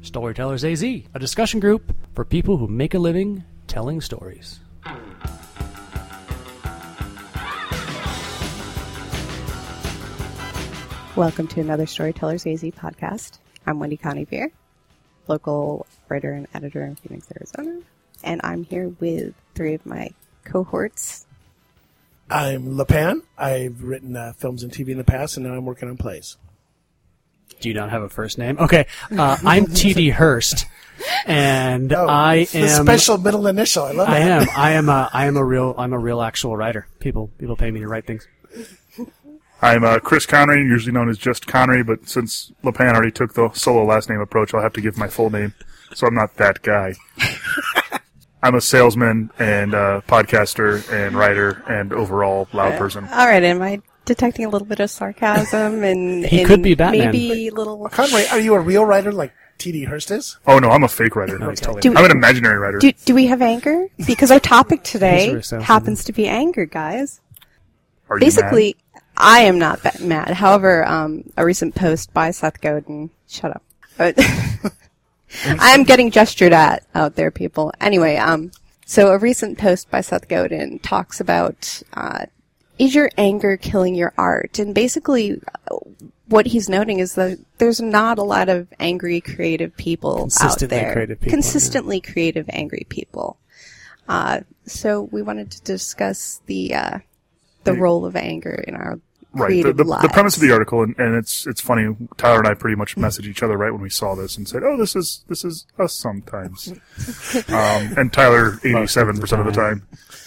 Storytellers AZ, a discussion group for people who make a living telling stories. Welcome to another Storytellers AZ podcast. I'm Wendy Connie Beer, local writer and editor in Phoenix, Arizona, and I'm here with three of my cohorts. I'm LePan. I've written uh, films and TV in the past, and now I'm working on plays. Do you not have a first name? Okay, uh, I'm TD Hurst, and I it's the am. special middle initial. I love I it. am. I am a. I am a real. I'm a real actual writer. People. People pay me to write things. I'm uh, Chris Connery, usually known as just Connery, but since LePan already took the solo last name approach, I'll have to give my full name, so I'm not that guy. I'm a salesman and uh, podcaster and writer and overall loud person. All right, am I detecting a little bit of sarcasm and He and could be Batman. Maybe little. Conway, are you a real writer like T.D. Hurst is? Oh no, I'm a fake writer. No, he's totally. Do- I'm an imaginary writer. Do, do we have anger? Because our topic These today are so- happens to be anger, guys. Are you Basically, I am not that mad. However, um, a recent post by Seth Godin. Shut up. Uh, I'm getting gestured at out there, people. Anyway, um, so a recent post by Seth Godin talks about uh, is your anger killing your art? And basically, uh, what he's noting is that there's not a lot of angry creative people Consistently out there. creative people, yeah. consistently creative, angry people. Uh, so we wanted to discuss the uh, the role of anger in our right. The, creative the, lives. the premise of the article, and, and it's it's funny. Tyler and I pretty much messaged each other right when we saw this and said, "Oh, this is this is us sometimes." um, and Tyler, eighty-seven percent of the time,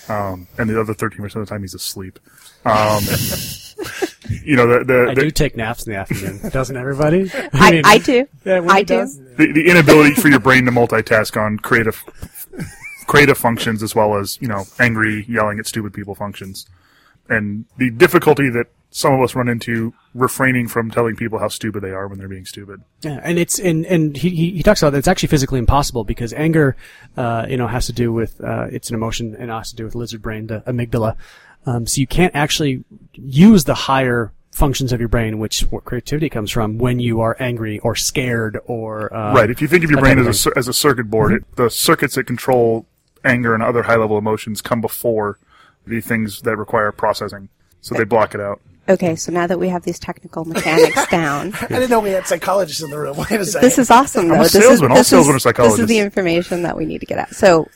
um, and the other thirteen percent of the time, he's asleep. Um, you know, the I the, do take naps in the afternoon. Doesn't everybody? I, mean, I do. Yeah, when I you're do. done. the, the, the inability for your brain to multitask on creative creative functions as well as you know angry yelling at stupid people functions, and the difficulty that some of us run into refraining from telling people how stupid they are when they're being stupid. Yeah, and it's and and he he he talks about that it's actually physically impossible because anger, uh, you know, has to do with uh, it's an emotion and it has to do with lizard brain, the amygdala. Um, so you can't actually use the higher functions of your brain, which where creativity comes from, when you are angry or scared or uh, Right. If you think of your that brain type as of a, cir- as a circuit board, it, the circuits that control anger and other high level emotions come before the things that require processing. So they block it out. Okay, so now that we have these technical mechanics down, I didn't know we had psychologists in the room. Wait a second. this is awesome. Though a this is salesman. All this salesmen are is, this is psychologists. the information that we need to get out. So,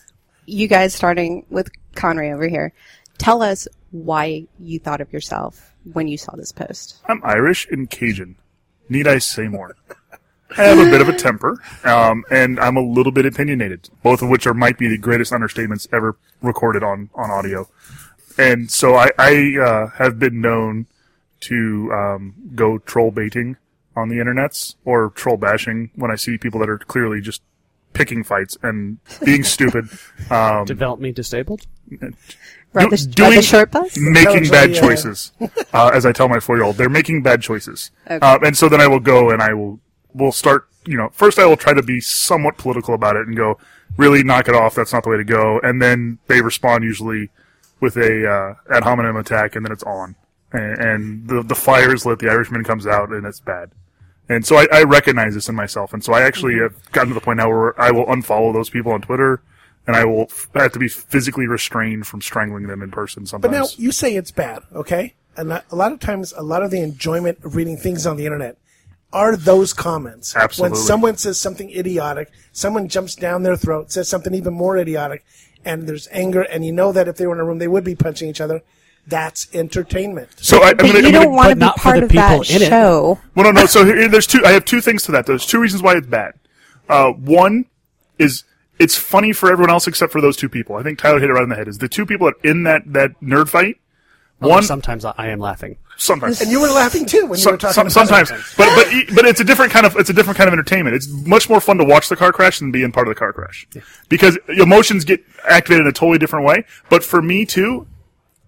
you guys, starting with Conray over here, tell us why you thought of yourself when you saw this post. I'm Irish and Cajun. Need I say more? I have a bit of a temper, um, and I'm a little bit opinionated, both of which are might be the greatest understatements ever recorded on, on audio. And so I, I uh, have been known to um, go troll baiting on the internets or troll bashing when I see people that are clearly just picking fights and being stupid, um, develop me disabled. Ride the, ride Do- the doing- short bus. making Intelligent, bad yeah. choices. uh, as I tell my four year old, they're making bad choices. Uh, and so then I will go and I will will start. You know, first I will try to be somewhat political about it and go, really knock it off. That's not the way to go. And then they respond usually with a uh, ad hominem attack, and then it's on. And, and the the fire is lit. The Irishman comes out, and it's bad. And so I, I recognize this in myself. And so I actually Mm-hmm. have gotten to the point now where I will unfollow those people on Twitter. And I will f- I have to be physically restrained from strangling them in person sometimes. But now you say it's bad, okay? And a a lot of times, a lot of the enjoyment of reading things on the internet are those comments. Absolutely. When someone says something idiotic, someone jumps down their throat, says something even more idiotic, and there's anger, and you know that if they were in a room, they would be punching each other. That's entertainment. So I, I'm But gonna, you I'm don't gonna, want to but be not for part the of that people in it. show. well, no, no. So here, there's two. I have two things to that. There's two reasons why it's bad. Uh, one is it's funny for everyone else except for those two people. I think Tyler hit it right on the head. Is the two people that in that that nerd fight? Oh, One Sometimes I, I am laughing. sometimes. And you were laughing too when you were So, talking some, about sometimes, it. but but e- but it's a different kind of it's a different kind of entertainment. It's much more fun to watch the car crash than be in part of the car crash, because emotions get activated in a totally different way. But for me too,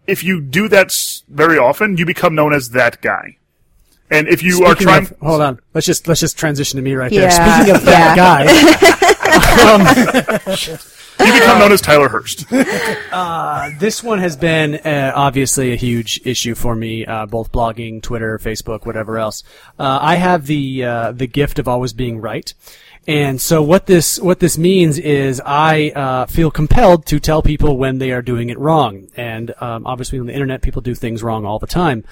if you do that s- very often, you become known as that guy. And if you are Speaking trying, of- hold on. Let's just let's just transition to me right Yeah, there. Speaking of that guy, um, You become known as Tyler Hurst. This one has been uh, obviously a huge issue for me, uh, both blogging, Twitter, Facebook, whatever else. Uh, I have the uh, the gift of always being right, and so what this what this means is I uh, feel compelled to tell people when they are doing it wrong, and um, obviously on the internet people do things wrong all the time.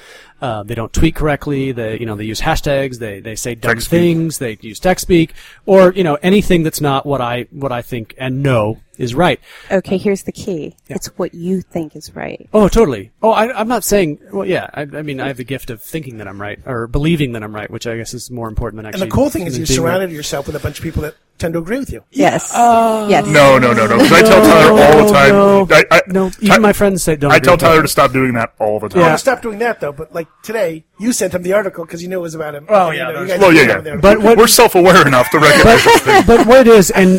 Uh, they don't tweet correctly. They you know they use hashtags. They they say dumb Text speak. things. They use text speak or you know anything that's not what I what I think and know is right. Okay, here's the key. It's what you think is right. Oh, totally. Oh, I, I'm not saying. Well, yeah. I, I mean, I have the gift of thinking that I'm right or believing that I'm right, which I guess is more important than And actually. the cool thing is you being right. surrounded yourself with a bunch of people that tend to agree with you. Yes. yes. No, no, no, no. 'Cause I tell Tyler all the time. No, I, I, no. Ty- Even my friends say don't. I agree tell with that. Tyler to stop doing that all the time. Yeah. I stopped Oh, doing that though, but like today, you sent him the article because you knew it was about him. Oh, You yeah, know, you there's- guys Well, yeah, knew yeah. about him. But what- we're self-aware enough to recognize this thing. but what it is, and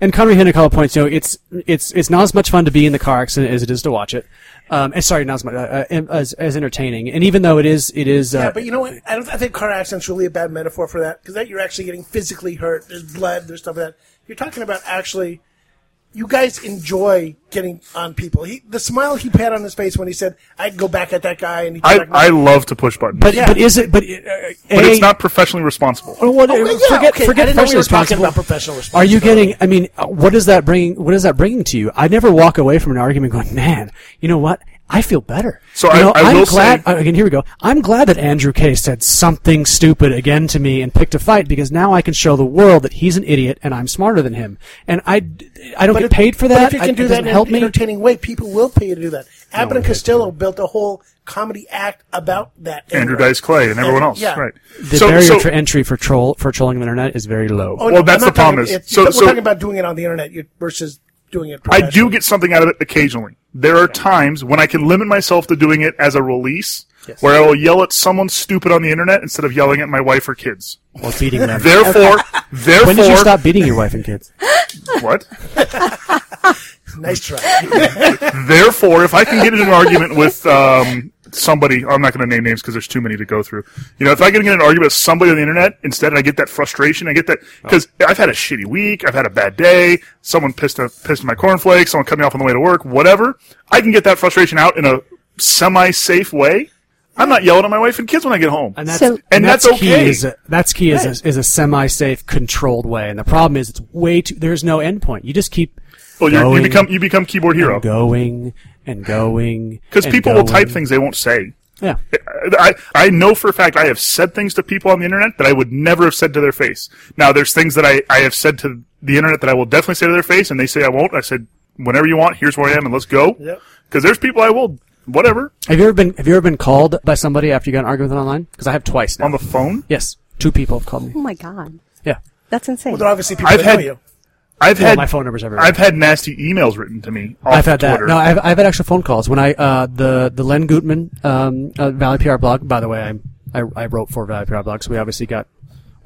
and Conrad Hinnicall points, you know, it's it's it's not as much fun to be in the car accident as it is to watch it. Um, and sorry, not as much uh, uh, as as entertaining. And even though it is, it is. Uh, Yeah, but you know what? I, don't, I think car accident's really a bad metaphor for that because that you're actually getting physically hurt. There's blood. There's stuff like that. You're talking about actually. You guys enjoy getting on people. He, the smile he had on his face when he said, "I'd go back at that guy," and he I, back- I love to push buttons, but, yeah. but is it? But, it, uh, but it's not professionally responsible. Or what, Oh, well, yeah, forget, okay. I forget didn't know personal we were talking responsibility. about professional Are you responsibility. getting? I mean, uh, what is that bringing? What is that bringing to you? I never walk away from an argument going, "Man, you know what? I feel better." So you I- know, I am will glad. say- uh, again, here we go. I'm glad that Andrew K said something stupid again to me and picked a fight because now I can show the world that he's an idiot and I'm smarter than him. And I, I don't get it- paid for but that. if you I- can do it that doesn't in help an me. entertaining way, people will pay you to do that. Abbott and Costello built a whole comedy act about that. Andrew Dice Clay and everyone else, Yeah. right? The barrier for entry for troll for trolling the internet is very low. Oh, Well, that's I'm not the problem talking- is- it- so- we're so- talking about doing it on the internet you- versus doing it. I do professionally. get something out of it occasionally. There are times when I can limit myself to doing it as a release, where I will yell at someone stupid on the internet instead of yelling at my wife or kids. Or beating them. Therefore, therefore, when did you stop beating your wife and kids? what? nice try. Therefore, if I can get in an argument with um, somebody, I'm not going to name names because there's too many to go through. You know, if I can get in an argument with somebody on the internet, instead I get that frustration. I get that because I've had a shitty week, I've had a bad day, someone pissed a, pissed my cornflakes, someone cut me off on the way to work, whatever. I can get that frustration out in a semi-safe way. I'm not yelling at my wife and kids when I get home. And that's, So- and And that's, that's key okay. is a, that's key is a, is a semi-safe, controlled way. And the problem is it's way too, there's no endpoint. You just keep Well, you're, going you become you become keyboard hero and going and going. because and people will type going. things they won't say. Yeah. I, I know for a fact I have said things to people on the internet that I would never have said to their face. Now, there's things that I, I have said to the internet that I will definitely say to their face, and they say I won't. I said, whenever you want, here's where I am, and let's go. Yep. Because there's people I will, whatever, Have you ever been, have you ever been called by somebody after you got in an argument online? Cause I have twice now. on the phone. yes. Two people have called me. Oh my god. Yeah. That's insane. Well, they're obviously people I've that had- know you. I've Well, had my phone number's everywhere. I've had nasty emails written to me. Off I've had Twitter. that. No, I've, I've had actual phone calls. When I uh, the the Len Gutman um, uh, Valley PR blog. By the way, I'm, I I wrote for Valley PR blog, so we obviously got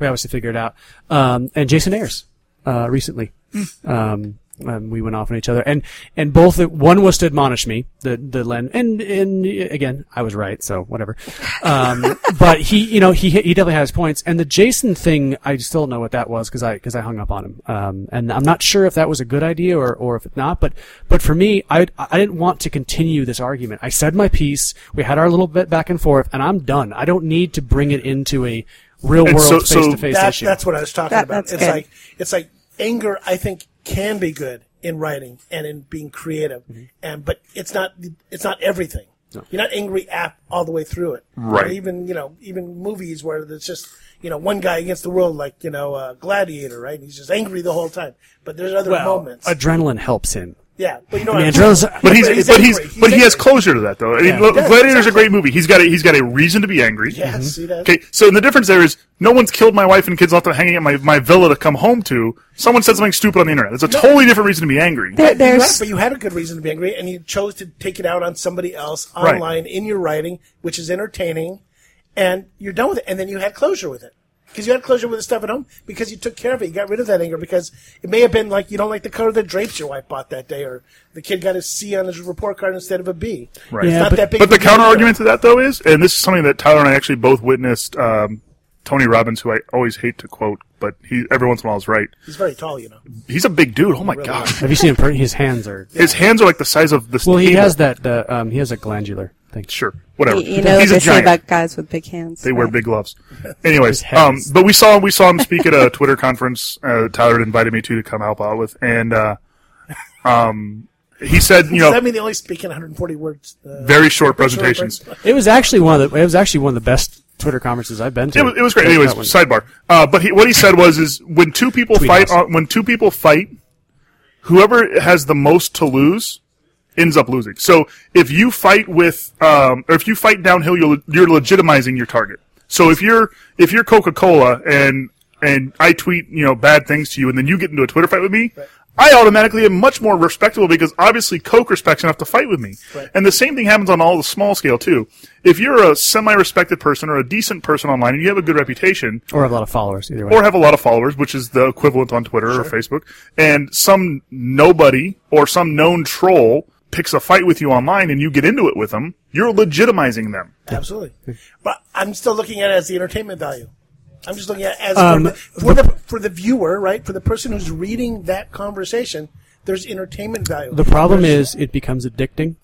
we obviously figured it out. Um, and Jason Ayers uh, recently. Hmm. Um, um, we went off on each other, and and both one was to admonish me, the the Len, and and again I was right, so whatever. Um, but he, you know, he he definitely has points, and the Jason thing, I still don't know what that was because I because I hung up on him, um, and I'm not sure if that was a good idea or or if not, but but for me, I I didn't want to continue this argument. I said my piece. We had our little bit back and forth, and I'm done. I don't need to bring it into a real And so- world so face to face That- issue. That's what I was talking That- about. that's It's good. like it's like anger. I think can be good in writing and in being creative, and but it's not it's not everything. You're not angry at all the way through it. Right. Or even you know even movies where there's just you know one guy against the world like you know uh, Gladiator, right? And he's just angry the whole time. But there's other moments. Adrenaline helps him. yeah, but you know I mean, what I'm saying? adrenaline's- But he's, But he's but angry. he's, He's but he has angry. closure to that though. I mean, look, Yeah, Gladiator's exactly. a great movie. He's got a he's got a reason to be angry. Yes, he does. Okay, so in the difference there is no one's killed my wife and kids left them hanging at my, my villa to come home to. Someone said something stupid on the internet. That's a totally different reason to be angry. There- You had- there's but you had a good reason to be angry, and you chose to take it out on somebody else Right. online in your writing, which is entertaining, and you're done with it. And then you had closure with it because you had closure with the stuff at home because you took care of it. You got rid of that anger because it may have been like you don't like the color of the drapes your wife bought that day, or the kid got a C on his report card instead of a B. Right. It's Yeah, not that big But of a the deal counter either. argument to that though is, and this is something that Tyler and I actually both witnessed um, Tony Robbins, who I always hate to quote, but he every once in a while is right. He's very tall, you know. He's a big dude. Oh my god, Have you seen him? per- His hands are. his hands are like the size of this. Well, he table. has that. Uh, um, he has a glandular thing. Sure, whatever. You, you know what He's a they say giant. about guys with big hands. They wear big gloves. His Anyways, um, heads. but we saw him. We saw him speak at a Twitter conference. Uh, Tyler had invited me to to come help out with, and uh, um, he said, you Does know, that mean they only speak in 140 words? Uh, very short presentations. It was actually one of the. It was actually one of the best Twitter conferences I've been to. It was, it was great. That- Anyways, that one. sidebar. Uh, but he, what he said was, is when two people Tweet fight, us. on, when two people fight, whoever has the most to lose ends up losing. So if you fight with, um, or if you fight downhill, you're, le- you're legitimizing your target. So if you're, if you're Coca Cola and, and I tweet, you know, bad things to you and then you get into a Twitter fight with me, I automatically am much more respectable because obviously Coke respects enough to fight with me. And the same thing happens on all the small scale too. If you're a semi-respected person or a decent person online and you have a good reputation, or have a lot of followers either way. or have a lot of followers, which is the equivalent on Twitter or Facebook, and some nobody or some known troll picks a fight with you online and you get into it with them, you're legitimizing them. Absolutely. But I'm still looking at it as the entertainment value. I'm just looking at it as Um, for, the, for the for the viewer, right? For the person who's reading that conversation, there's entertainment value. the problem is it becomes addicting,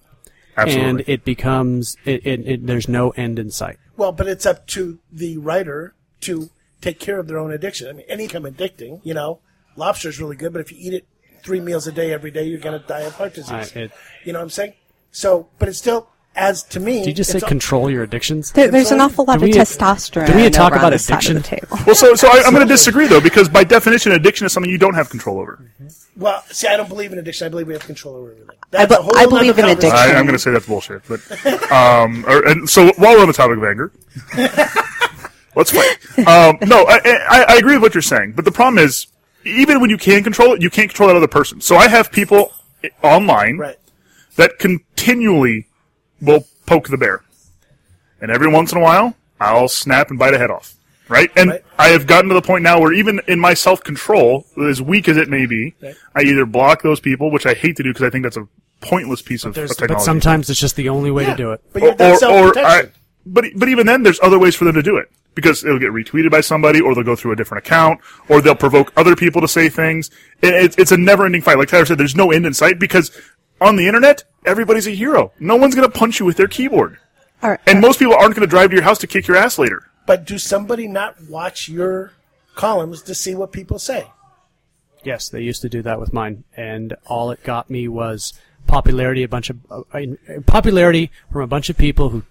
Absolutely. and it becomes it, it, it. There's no end in sight. well, but it's up to the writer to take care of their own addiction. I mean, any become addicting, you know. Lobster's really good, but if you eat it three meals a day every day, you're going to die of heart disease. I- it- you know what I'm saying? So, but it's still as to me. Do you just say it's all- control your addictions? There, there's an so- awful lot do of we- testosterone. do we I know talk around about the side addiction? of the table. well, so, so I, I'm going to disagree though, because by definition, addiction is something you don't have control over. Well, see, I don't believe in addiction. I believe we have control over everything. I be- a whole I nother believe in conversation. addiction. I, I'm going to say that's bullshit. But um, or, and so while we're on the topic of anger, let's fight. Um, no, I, I, I agree with what you're saying, but the problem is, even when you can control it, you can't control that other person. So I have people online Right. that continually will poke the bear, and every once in a while, I'll snap and bite a head off. Right, and Right. I have gotten to the point now where even in my self control, as weak as it may be, I either block those people, which I hate to do because I think that's a pointless piece of, of There's- technology but sometimes it's just the only way to do it. But you're not self-protection. but but even then, there's other ways for them to do it because it'll get retweeted by somebody, or they'll go through a different account, or they'll provoke other people to say things. It, it's it's a never-ending fight. Like Tyler said, there's no end in sight because on the internet, everybody's a hero. No one's gonna punch you with their keyboard, All right. and most people aren't gonna drive to your house to kick your ass later. But do somebody not watch your columns to see what people say? Yes, they used to do that with mine, and all it got me was popularity. A bunch of uh, I- popularity from a bunch of people who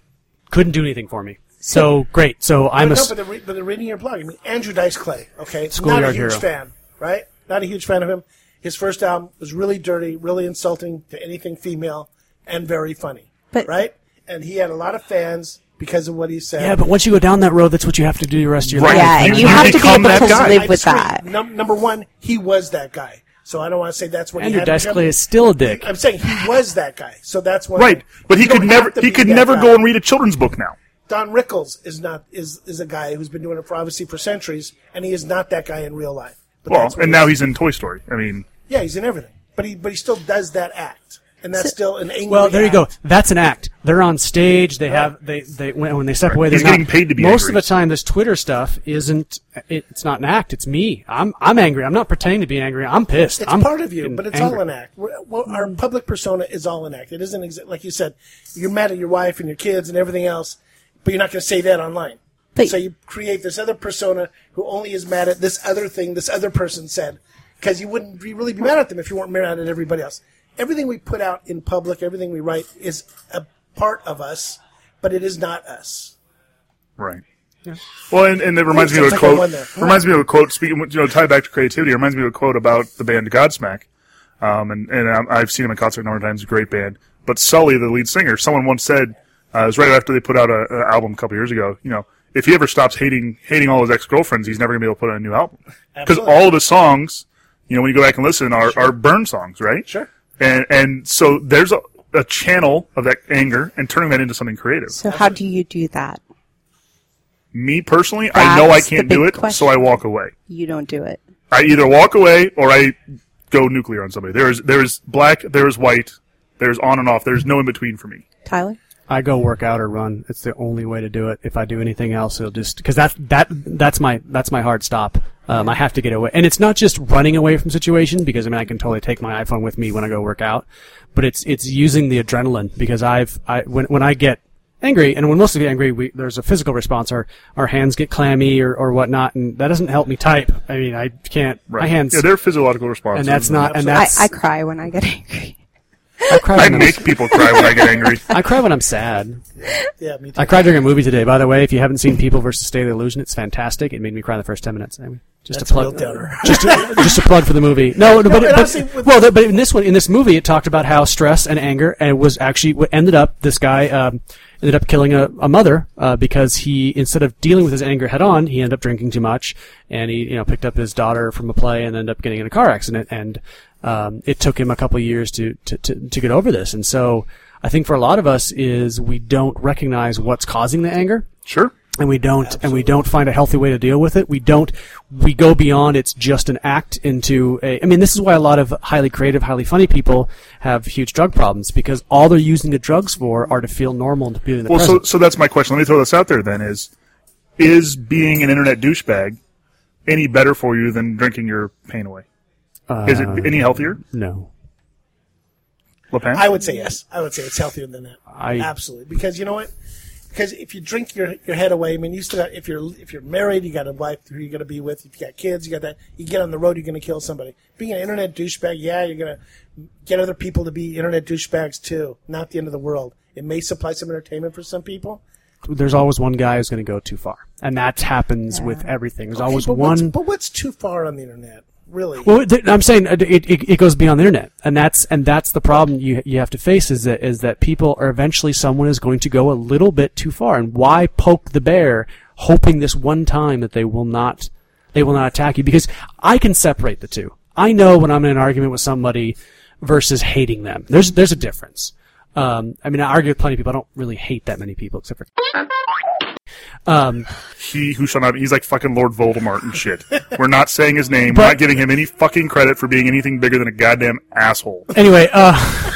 couldn't do anything for me. So great. So I'm a no, s- but they're, re- but they're reading your blog. I mean, Andrew Dice Clay, okay? Not a Schoolyard huge hero. fan, right? Not a huge fan of him. His first album was really dirty, really insulting to anything female, and very funny, But- right? And he had a lot of fans because of what he said. yeah. But once you go down that road, that's what you have to do the rest of your Right. life. yeah, and You you have to be become able that to guy. live I with disagree. that. Num- number one, he was that guy. So I don't want to say that's what he Andrew had to Dice become. Clay is still a dick. I'm saying he was that guy. So that's why. Right, but he You don't have could never to he be could that never guy. go and read a children's book now. Don Rickles is not is is a guy who's been doing it for obviously for centuries, and he is not that guy in real life. But Well, that's what and he now is. he's in Toy Story. I mean, yeah, he's in everything, but he but he still does that act, and that's still an angry. Well, there you go. act. That's an act. They're on stage. They have they they when, when they step away. He's they're getting not- paid to be Most angry. of the time, this Twitter stuff isn't. It, it's not an act. It's me. I'm I'm angry. I'm not pretending to be angry. I'm pissed. It's I'm part of you, fucking but it's angry. Mm. all an act. We're, well, our public persona is all an act. It isn't exa- like you said. You're mad at your wife and your kids and everything else, but you're not going to say that online. But- so you create this other persona who only is mad at this other thing this other person said, because you wouldn't be, really be mad at them if you weren't mad at everybody else. Everything we put out in public, everything we write, is a part of us, but it is not us. Right. Well, and, and it reminds me of Sounds like a I won quote. there. Reminds me of a quote. Speaking, you know, tied back to creativity, reminds me of a quote about the band Godsmack. Um, and and I'm- I've seen him in concert a number of times. Great band. But Sully, the lead singer, someone once said, uh, it was right after they put out an album a couple years ago. You know, if he ever stops hating hating all his ex girlfriends, he's never gonna be able to put out a new album because Absolutely. all of his songs, you know, when you go back and listen, are are burn songs, right? Sure. And and so there's a, a channel of that anger and turning that into something creative. So how do you do that? Me personally, I know I That's the can't do big it, so question. I walk away. You don't do it. I either walk away or I go nuclear on somebody. There is there is black, there is white, there is on and off. There is no in between for me. Tyler? I go work out or run. It's the only way to do it. If I do anything else, it'll just because that's that that's my that's my hard stop. Um, I have to get away, and it's not just running away from situation because I mean I can totally take my iPhone with me when I go work out, but it's it's using the adrenaline because I've I when when I get angry and when most of you get angry we, there's a physical response our our hands get clammy or, or whatnot and that doesn't help me type i mean i can't my hands Yeah, they're physiological responses. and that's not and I, that's I cry when I get angry. I cry I when I'm, make people cry when I get angry. I cry when I'm sad Yeah, me too. I cried during a movie today. By the way, if you haven't seen People versus State of the Illusion, it's fantastic. It made me cry the first ten minutes. Anyway, just That's a a plug. real downer. just, a, just a plug for the movie. No, no, but, and but honestly, with- well, th- but in this one, in this movie, it talked about how stress and anger and it was actually what ended up. This guy um, ended up killing a, a mother uh, because he instead of dealing with his anger head on, he ended up drinking too much, and he you know picked up his daughter from a play and ended up getting in a car accident. And um, it took him a couple of years to, to to to get over this. And so I think for a lot of us is we don't recognize what's causing the anger Sure. and we don't and we don't find a healthy way to deal with it. We don't we go beyond it's just an act into a I mean this is why a lot of highly creative, highly funny people have huge drug problems because all they're using the drugs for are to feel normal and to be in the Well, so present. so that's my question. Let me throw this out there then: is is being an internet douchebag any better for you than drinking your pain away? is Uh, it any healthier, no. LePan? I would say yes. I would say it's healthier than that. I- Absolutely, because you know what? Because if you drink your your head away, I mean, you still got if you're if you're married, you got a wife who you're going to be with. If you got kids, you got that. You get on the road, you're going to kill somebody. Being an internet douchebag, yeah, you're going to get other people to be internet douchebags too. Not the end of the world. It may supply some entertainment for some people. There's always one guy who's going to go too far. And that happens with everything. There's always Hey, but What's, one but what's too far on the internet, really? Well, th- I'm saying it, it, it it goes beyond the internet, and that's and that's the problem you you have to face is that is that people are eventually someone is going to go a little bit too far, and why poke the bear, hoping this one time that they will not they will not attack you because I can separate the two. I know when I'm in an argument with somebody versus hating them. There's there's a difference. Um, I mean, I argue with plenty of people. I don't really hate that many people, except for um, he who shall not be. He's like fucking Lord Voldemort and shit. We're not saying his name. We're not giving him any fucking credit for being anything bigger than a goddamn asshole. anyway. uh...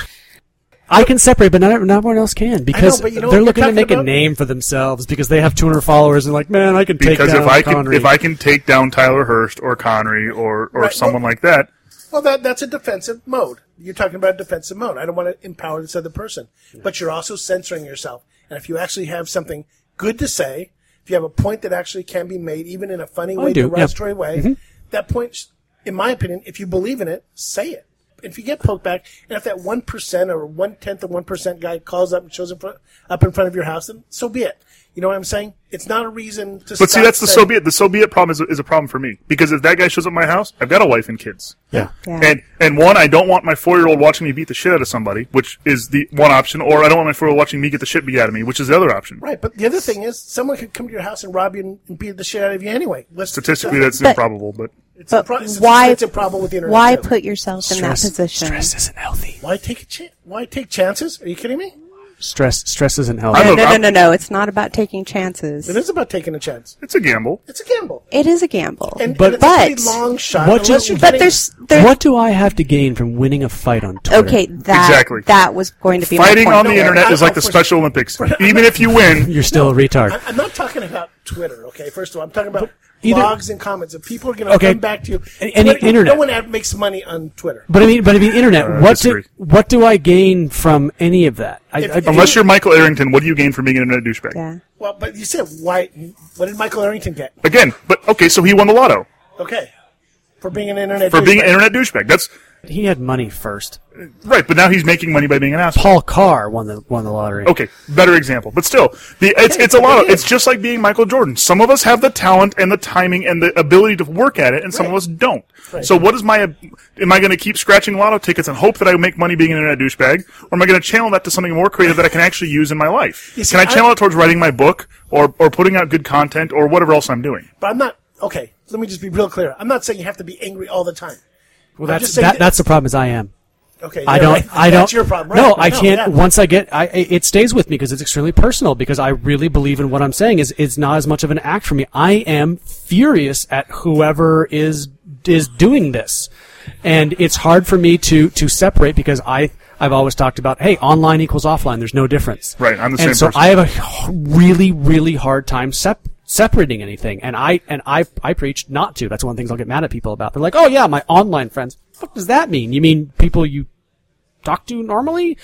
I can separate, but not not everyone else can because but you know what they're you're looking to talking make a about? name for themselves because they have 200 followers and like, man, I can take Because down if I Connery. can if I can take down Tyler Hurst or Connery or or Right, someone well- like that, Well, that that's a defensive mode. You're talking about defensive mode. I don't want to empower this other person, but you're also censoring yourself. And if you actually have something good to say, if you have a point that actually can be made, even in a funny Oh, way, do, yeah. derogatory way, Mm-hmm. that point, in my opinion, if you believe in it, say it. If you get poked back, and if that one percent or one tenth of one percent guy calls up and shows up, up in front of your house, then so be it. You know what I'm saying? It's not a reason to. but see that's the so be it. The so be it problem is, is a problem for me because if that guy shows up at my house, I've got a wife and kids. yeah. Yeah. And and one, I don't want my four year old watching me beat the shit out of somebody, which is the one option, or I don't want my four year old watching me get the shit beat out of me, which is the other option. Right, but the other thing is, someone could come to your house and rob you and, and beat the shit out of you anyway. Let's Statistically, that's But- improbable, but It's But a pro- it's a- why- It's a problem with the internet. Why too. put yourself in that position? stress isn't healthy. Why take a chance? Why take chances? Are you kidding me? Stress stress isn't I healthy. No, don't- no, no, I'm- no, no. It's not about taking It chances. is about taking a chance. it's a gamble. It's a gamble, It is a gamble. and, But- and it's a pretty But- long shot. What unless you- you're but getting- there's, there's what do I have to gain from winning a fight on Twitter? okay. That Exactly. that was going to be my Fighting point on the No, there. internet I- is like I- the for- Special Olympics. Even if you win, You're still a retard. I- I'm not talking about Twitter. Okay, first of all, I'm talking about either- blogs and comments. If people are going to Okay. come back to you, A- any Twitter- internet. no one ad- makes money on Twitter. but I mean, but I mean, internet. Uh, what do, disagree. what do I gain from any of that? I, If- I- if- unless you're Michael Arrington, what do you gain from being an internet douchebag? Yeah. Well, but you said why? What did Michael Arrington get? Again, but okay, so he won the lotto Okay, for being an internet for being douchebag. an internet douchebag. That's he had money first. right, but now he's making money by being an asshole. Paul Carr won the won the lottery. Okay, better example, but still, the, it's it's a lotto. It's just like being Michael Jordan. Some of us have the talent and the timing and the ability to work at it, and some of us don't. So, what is my? Am I going to keep scratching lotto tickets and hope that I make money being an internet douchebag, or am I going to channel that to something more creative that I can actually use in my life? You see, can I I- channel it towards writing my book, or or putting out good content, or whatever else I'm doing? but I'm not. Okay, let me just be real clear. I'm not saying you have to be angry all the time. Well, I'm that's just saying that, that- that's the problem. Is I am. Okay, I yeah, don't. right. I don't. That's your problem. No, right? I can't. yeah. Once I get, I I- it stays with me because it's extremely personal. Because I really believe in what I'm saying. Is it's not as much of an act for me. I am furious at whoever is is doing this, and it's hard for me to to separate because I I've always talked about, hey, online equals offline. There's no difference. Right, I'm the and same so person. I have a h- really, really hard time sep- separating anything. And I and I I preach not to. That's one of the things I'll get mad at people about. They're like, oh yeah, my online friends. What does that mean? You mean people you talk to normally?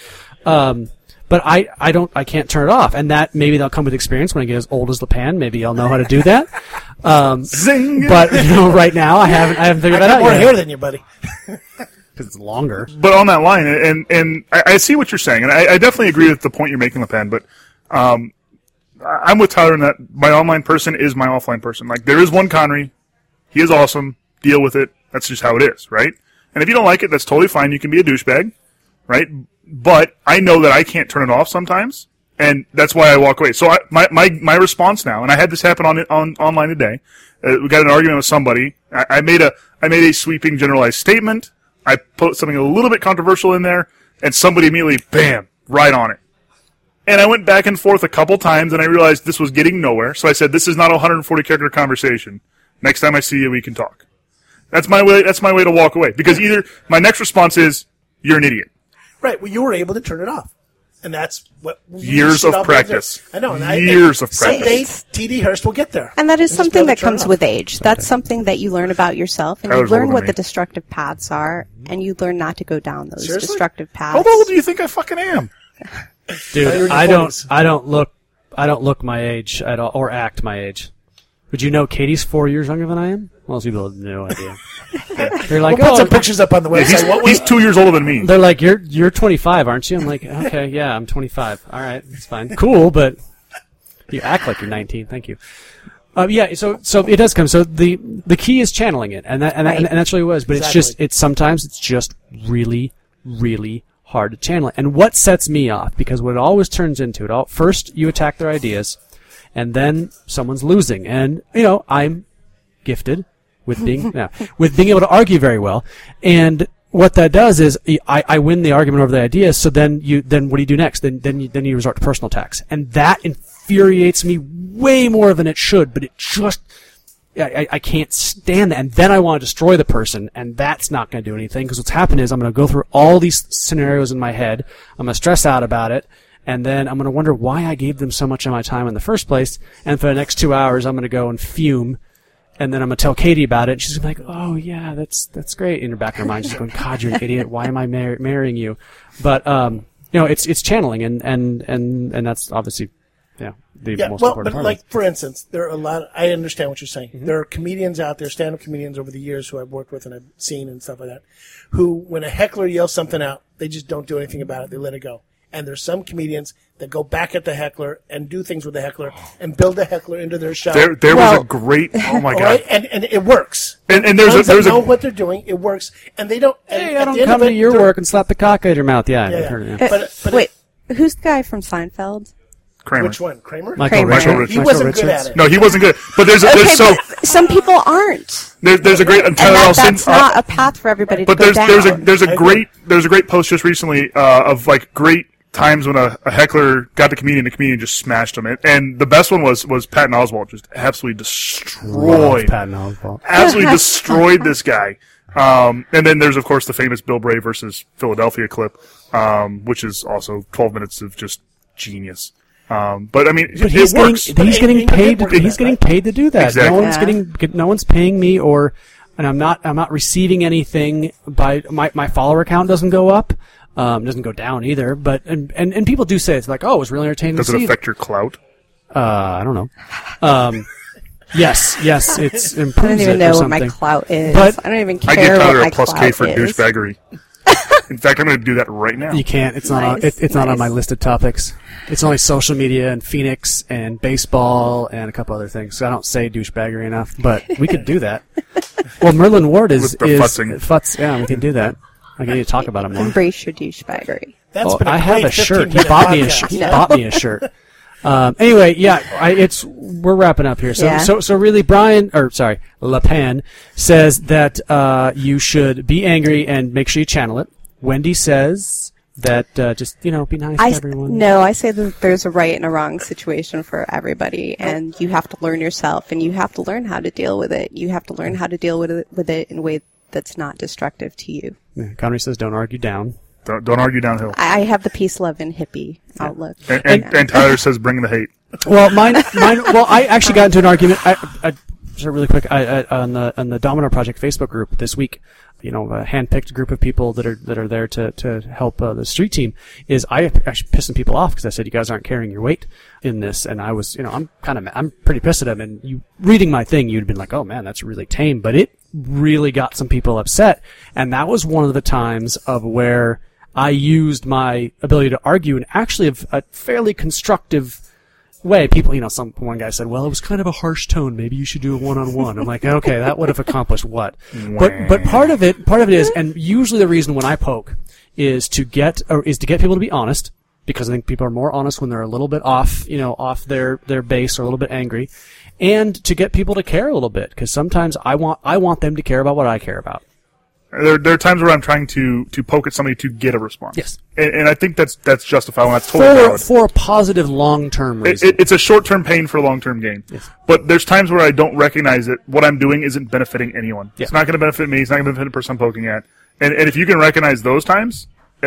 Um, but I, I don't I can't turn it off. And that maybe that'll come with experience when I get as old as the pan. Maybe I'll know how to do that. Um, Zing! but you know, right now I haven't I haven't figured I that got out more yet. hair than you, buddy. because it's longer. but on that line, and and I, I see what you're saying, and I, I definitely agree with the point you're making, Pen. But um, I- I'm with Tyler in that my online person is my offline person. Like there is one Connery, he is awesome. Deal with it. That's just how it is, right? And if you don't like it, that's totally fine. You can be a douchebag, right? But I know that I can't turn it off sometimes, and that's why I walk away. So I, my, my my response now, and I had this happen on on online today. Uh, we got in an argument with somebody. I, I made a I made a sweeping generalized statement. I put something a little bit controversial in there, and somebody immediately, bam, right on it. And I went back and forth a couple times, and I realized this was getting nowhere. So I said, "This is not a 140 character conversation. Next time I see you, we can talk." That's my way. That's my way to walk away. Because either my next response is, "You're an idiot." Right. Well, you were able to turn it off. And that's what Years shit of all the way through. practice. I know. And I- Years and of practice. Someday TD Hurst will get there. And that is You'll just be something able to that turn it comes off. with age. That's something that you learn about yourself and That you was older learn than what me. the destructive paths are and you learn not to go down those Seriously? destructive paths. How old do you think I fucking am? you're in Dude, your I don't 40s. I don't look I don't look my age at all or act my age. Would you know Katie's four years younger than I am? Most people have no idea. they're like, Put some oh, pictures up on the He's, website. What was he's two years older than me. they're like, you're you're 25, aren't you? I'm like, okay, yeah, I'm 25. All right, it's fine, cool, but you act like you're 19. Thank you. Uh, yeah, so so it does come. So the the key is channeling it, and that and, that- and, that's really what it was. But Exactly. it's just it's sometimes it's just really really hard to channel it. And what sets me off because what it always turns into it all first you attack their ideas, and then someone's losing. And you know I'm gifted with being yeah, with being able to argue very well. And what that does is I, I win the argument over the idea. So then you then what do you do next? Then then you, then you resort to personal attacks, and that infuriates me way more than it should. But it just I, I, I can't stand that. And then I want to destroy the person, and that's not going to do anything because what's happened is I'm going to go through all these scenarios in my head. I'm going to stress out about it. And then I'm going to wonder why I gave them so much of my time in the first place. And for the next two hours, I'm going to go and fume and then I'm gonna tell Katie about it. And she's gonna be like, "Oh yeah, that's that's great." In her back of her mind, she's going, "God, you're an idiot. Why am I mar- marrying you?" But um, you know, it's it's channeling, and and and and that's obviously, yeah, the yeah, most well, important but part. like of Mm-hmm. for instance, there are a lot. I understand what you're saying. There are comedians out there, stand-up comedians over the years who I've worked with and I've seen and stuff like that, who when a heckler yells something out, they just don't do anything about it. They let it go. And there's some comedians that go back at the heckler and do things with the heckler and build the heckler into their show. There, there was Well- a great. Oh my All right, god! and and it works. And- and there's a- Those that there's a- know what they're doing. It works, and they don't. it. and Hey, at I the don't end come of to it, your they're- work and slap the cock out of your mouth. Yeah, Yeah, I've yeah. heard it. Uh, Yeah. but- but- Wait, who's the guy from Seinfeld? Kramer. Which one, Kramer? Michael, Kramer. Richards. Michael Richards. He wasn't good at it. No, he wasn't good. But there's a, there's so but some people aren't. there, there's a great and And Tyler. I'll that, send- that's I'll- not a path for everybody to but go there's down. there's a there's I a agree. great there's a great post just recently uh, of like great times when a, a heckler got the comedian, the comedian just smashed him. And, and the best one was was Patton Oswald just absolutely destroyed, Patton Oswalt. absolutely destroyed this guy. Um, and then there's of course the famous Bill Bray versus Philadelphia clip, um, which is also 12 minutes of just genius. Um, but I mean, But it, he's it getting works. he's it- getting it- paid. it works, he's getting paid to do that. Exactly. No one's Yeah. getting. No one's paying me, or and I'm not. I'm not receiving anything. By my my follower count doesn't go up. Um, doesn't go down either. But and, and and people do say it's like, oh, it was really entertaining. Does to it see. affect your clout? Uh, I don't know. Um, yes, yes, it's improves I don't even it or know what something. my clout is. But I don't even care I give what Tyler my a plus clout K for is. douchebaggery. In fact, I'm going to do that right now. You can't. It's not. on, Nice, it, it's not on my nice. list of topics. It's only social media and Phoenix and baseball and a couple other things. So I don't say douchebaggery enough, but we could do that. Well, Merlin Ward is With the is futzing. futz. Yeah, we can do that. I need to talk about him more. Embrace your douchebaggery. That's Well, been a oh, I have great a shirt. He 15-minute bought me a podcast. shirt. He No. bought me a shirt. Um, anyway, yeah, I, it's we're wrapping up here. So, Yeah. so, so really, Brian or sorry, Lepan says that uh, you should be angry and make sure you channel it. Wendy says that uh, just you know be nice I to s- everyone. no, I say that there's a right and a wrong situation for everybody, and you have to learn yourself, and you have to learn how to deal with it. You have to learn how to deal with it, with it in a way that's not destructive to you. Yeah, Connery says don't argue down. Don't, don't argue downhill. I I have the peace, love, and hippie outlook. And, and, Yeah. and Tyler says, "Bring the hate." Well, mine, mine. Well, I actually got into an argument. I, I sorry, really quick. I, I on the on the Domino Project Facebook group this week. You know, a handpicked group of people that are that are there to to help uh, the street team. Is I actually pissing people off because I said you guys aren't carrying your weight in this, and I was you know I'm kind of I'm pretty pissed at them. And you reading my thing, you'd been like, oh man, that's really tame, but it really got some people upset, and that was one of the times of where. I used my ability to argue in actually a, a fairly constructive way people you know some one guy said well it was kind of a harsh tone maybe you should do a one-on-one i'm like okay that would have accomplished what but but part of it part of it is and usually the reason when i poke is to get or is to get people to be honest because i think people are more honest when they're a little bit off you know off their their base or a little bit angry and to get people to care a little bit because sometimes i want i want them to care about what i care about There, there are times where I'm trying to to poke at somebody to get a response. Yes. and, and I think that's that's justifiable. And that's totally for valid. for a positive long-term It- reason it, it's a short-term pain for a long-term gain. But there's times where I don't recognize that what I'm doing isn't benefiting anyone. It's Yeah. not going to benefit me. It's not going to benefit the person I'm poking at. And, and if you can recognize those times,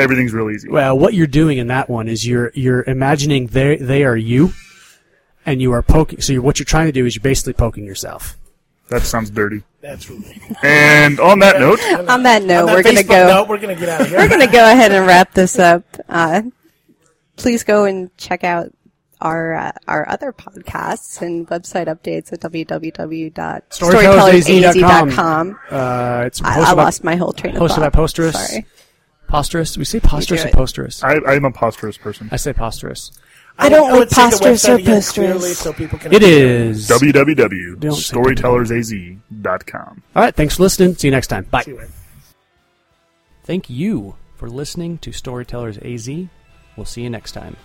everything's real easy. Well, what you're doing in that one is you're you're imagining they they are you, and you are poking. So you're, what you're trying to do is you're basically poking yourself. That sounds dirty. That's really. And on that note, On that note, On that we're going to Facebook go. note, we're going to get out of here. We're going to go ahead and wrap this up. Uh, please go and check out our uh, our other podcasts and website updates at www.storytellersaz.com. Uh, it's I, hosted I by- lost my whole train of hosted thought. by Posterous. Sorry. Posterous. We say posterous You do or it. posterous. I, I'm a posterous person. I say posterous. I, don't would- I would like say the posters website or again posters. clearly So people can It is. say www.storytellersaz.com. All right. Thanks for listening. See you next time. Bye. See you. Thank you for listening to Storytellers AZ. We'll see you next time.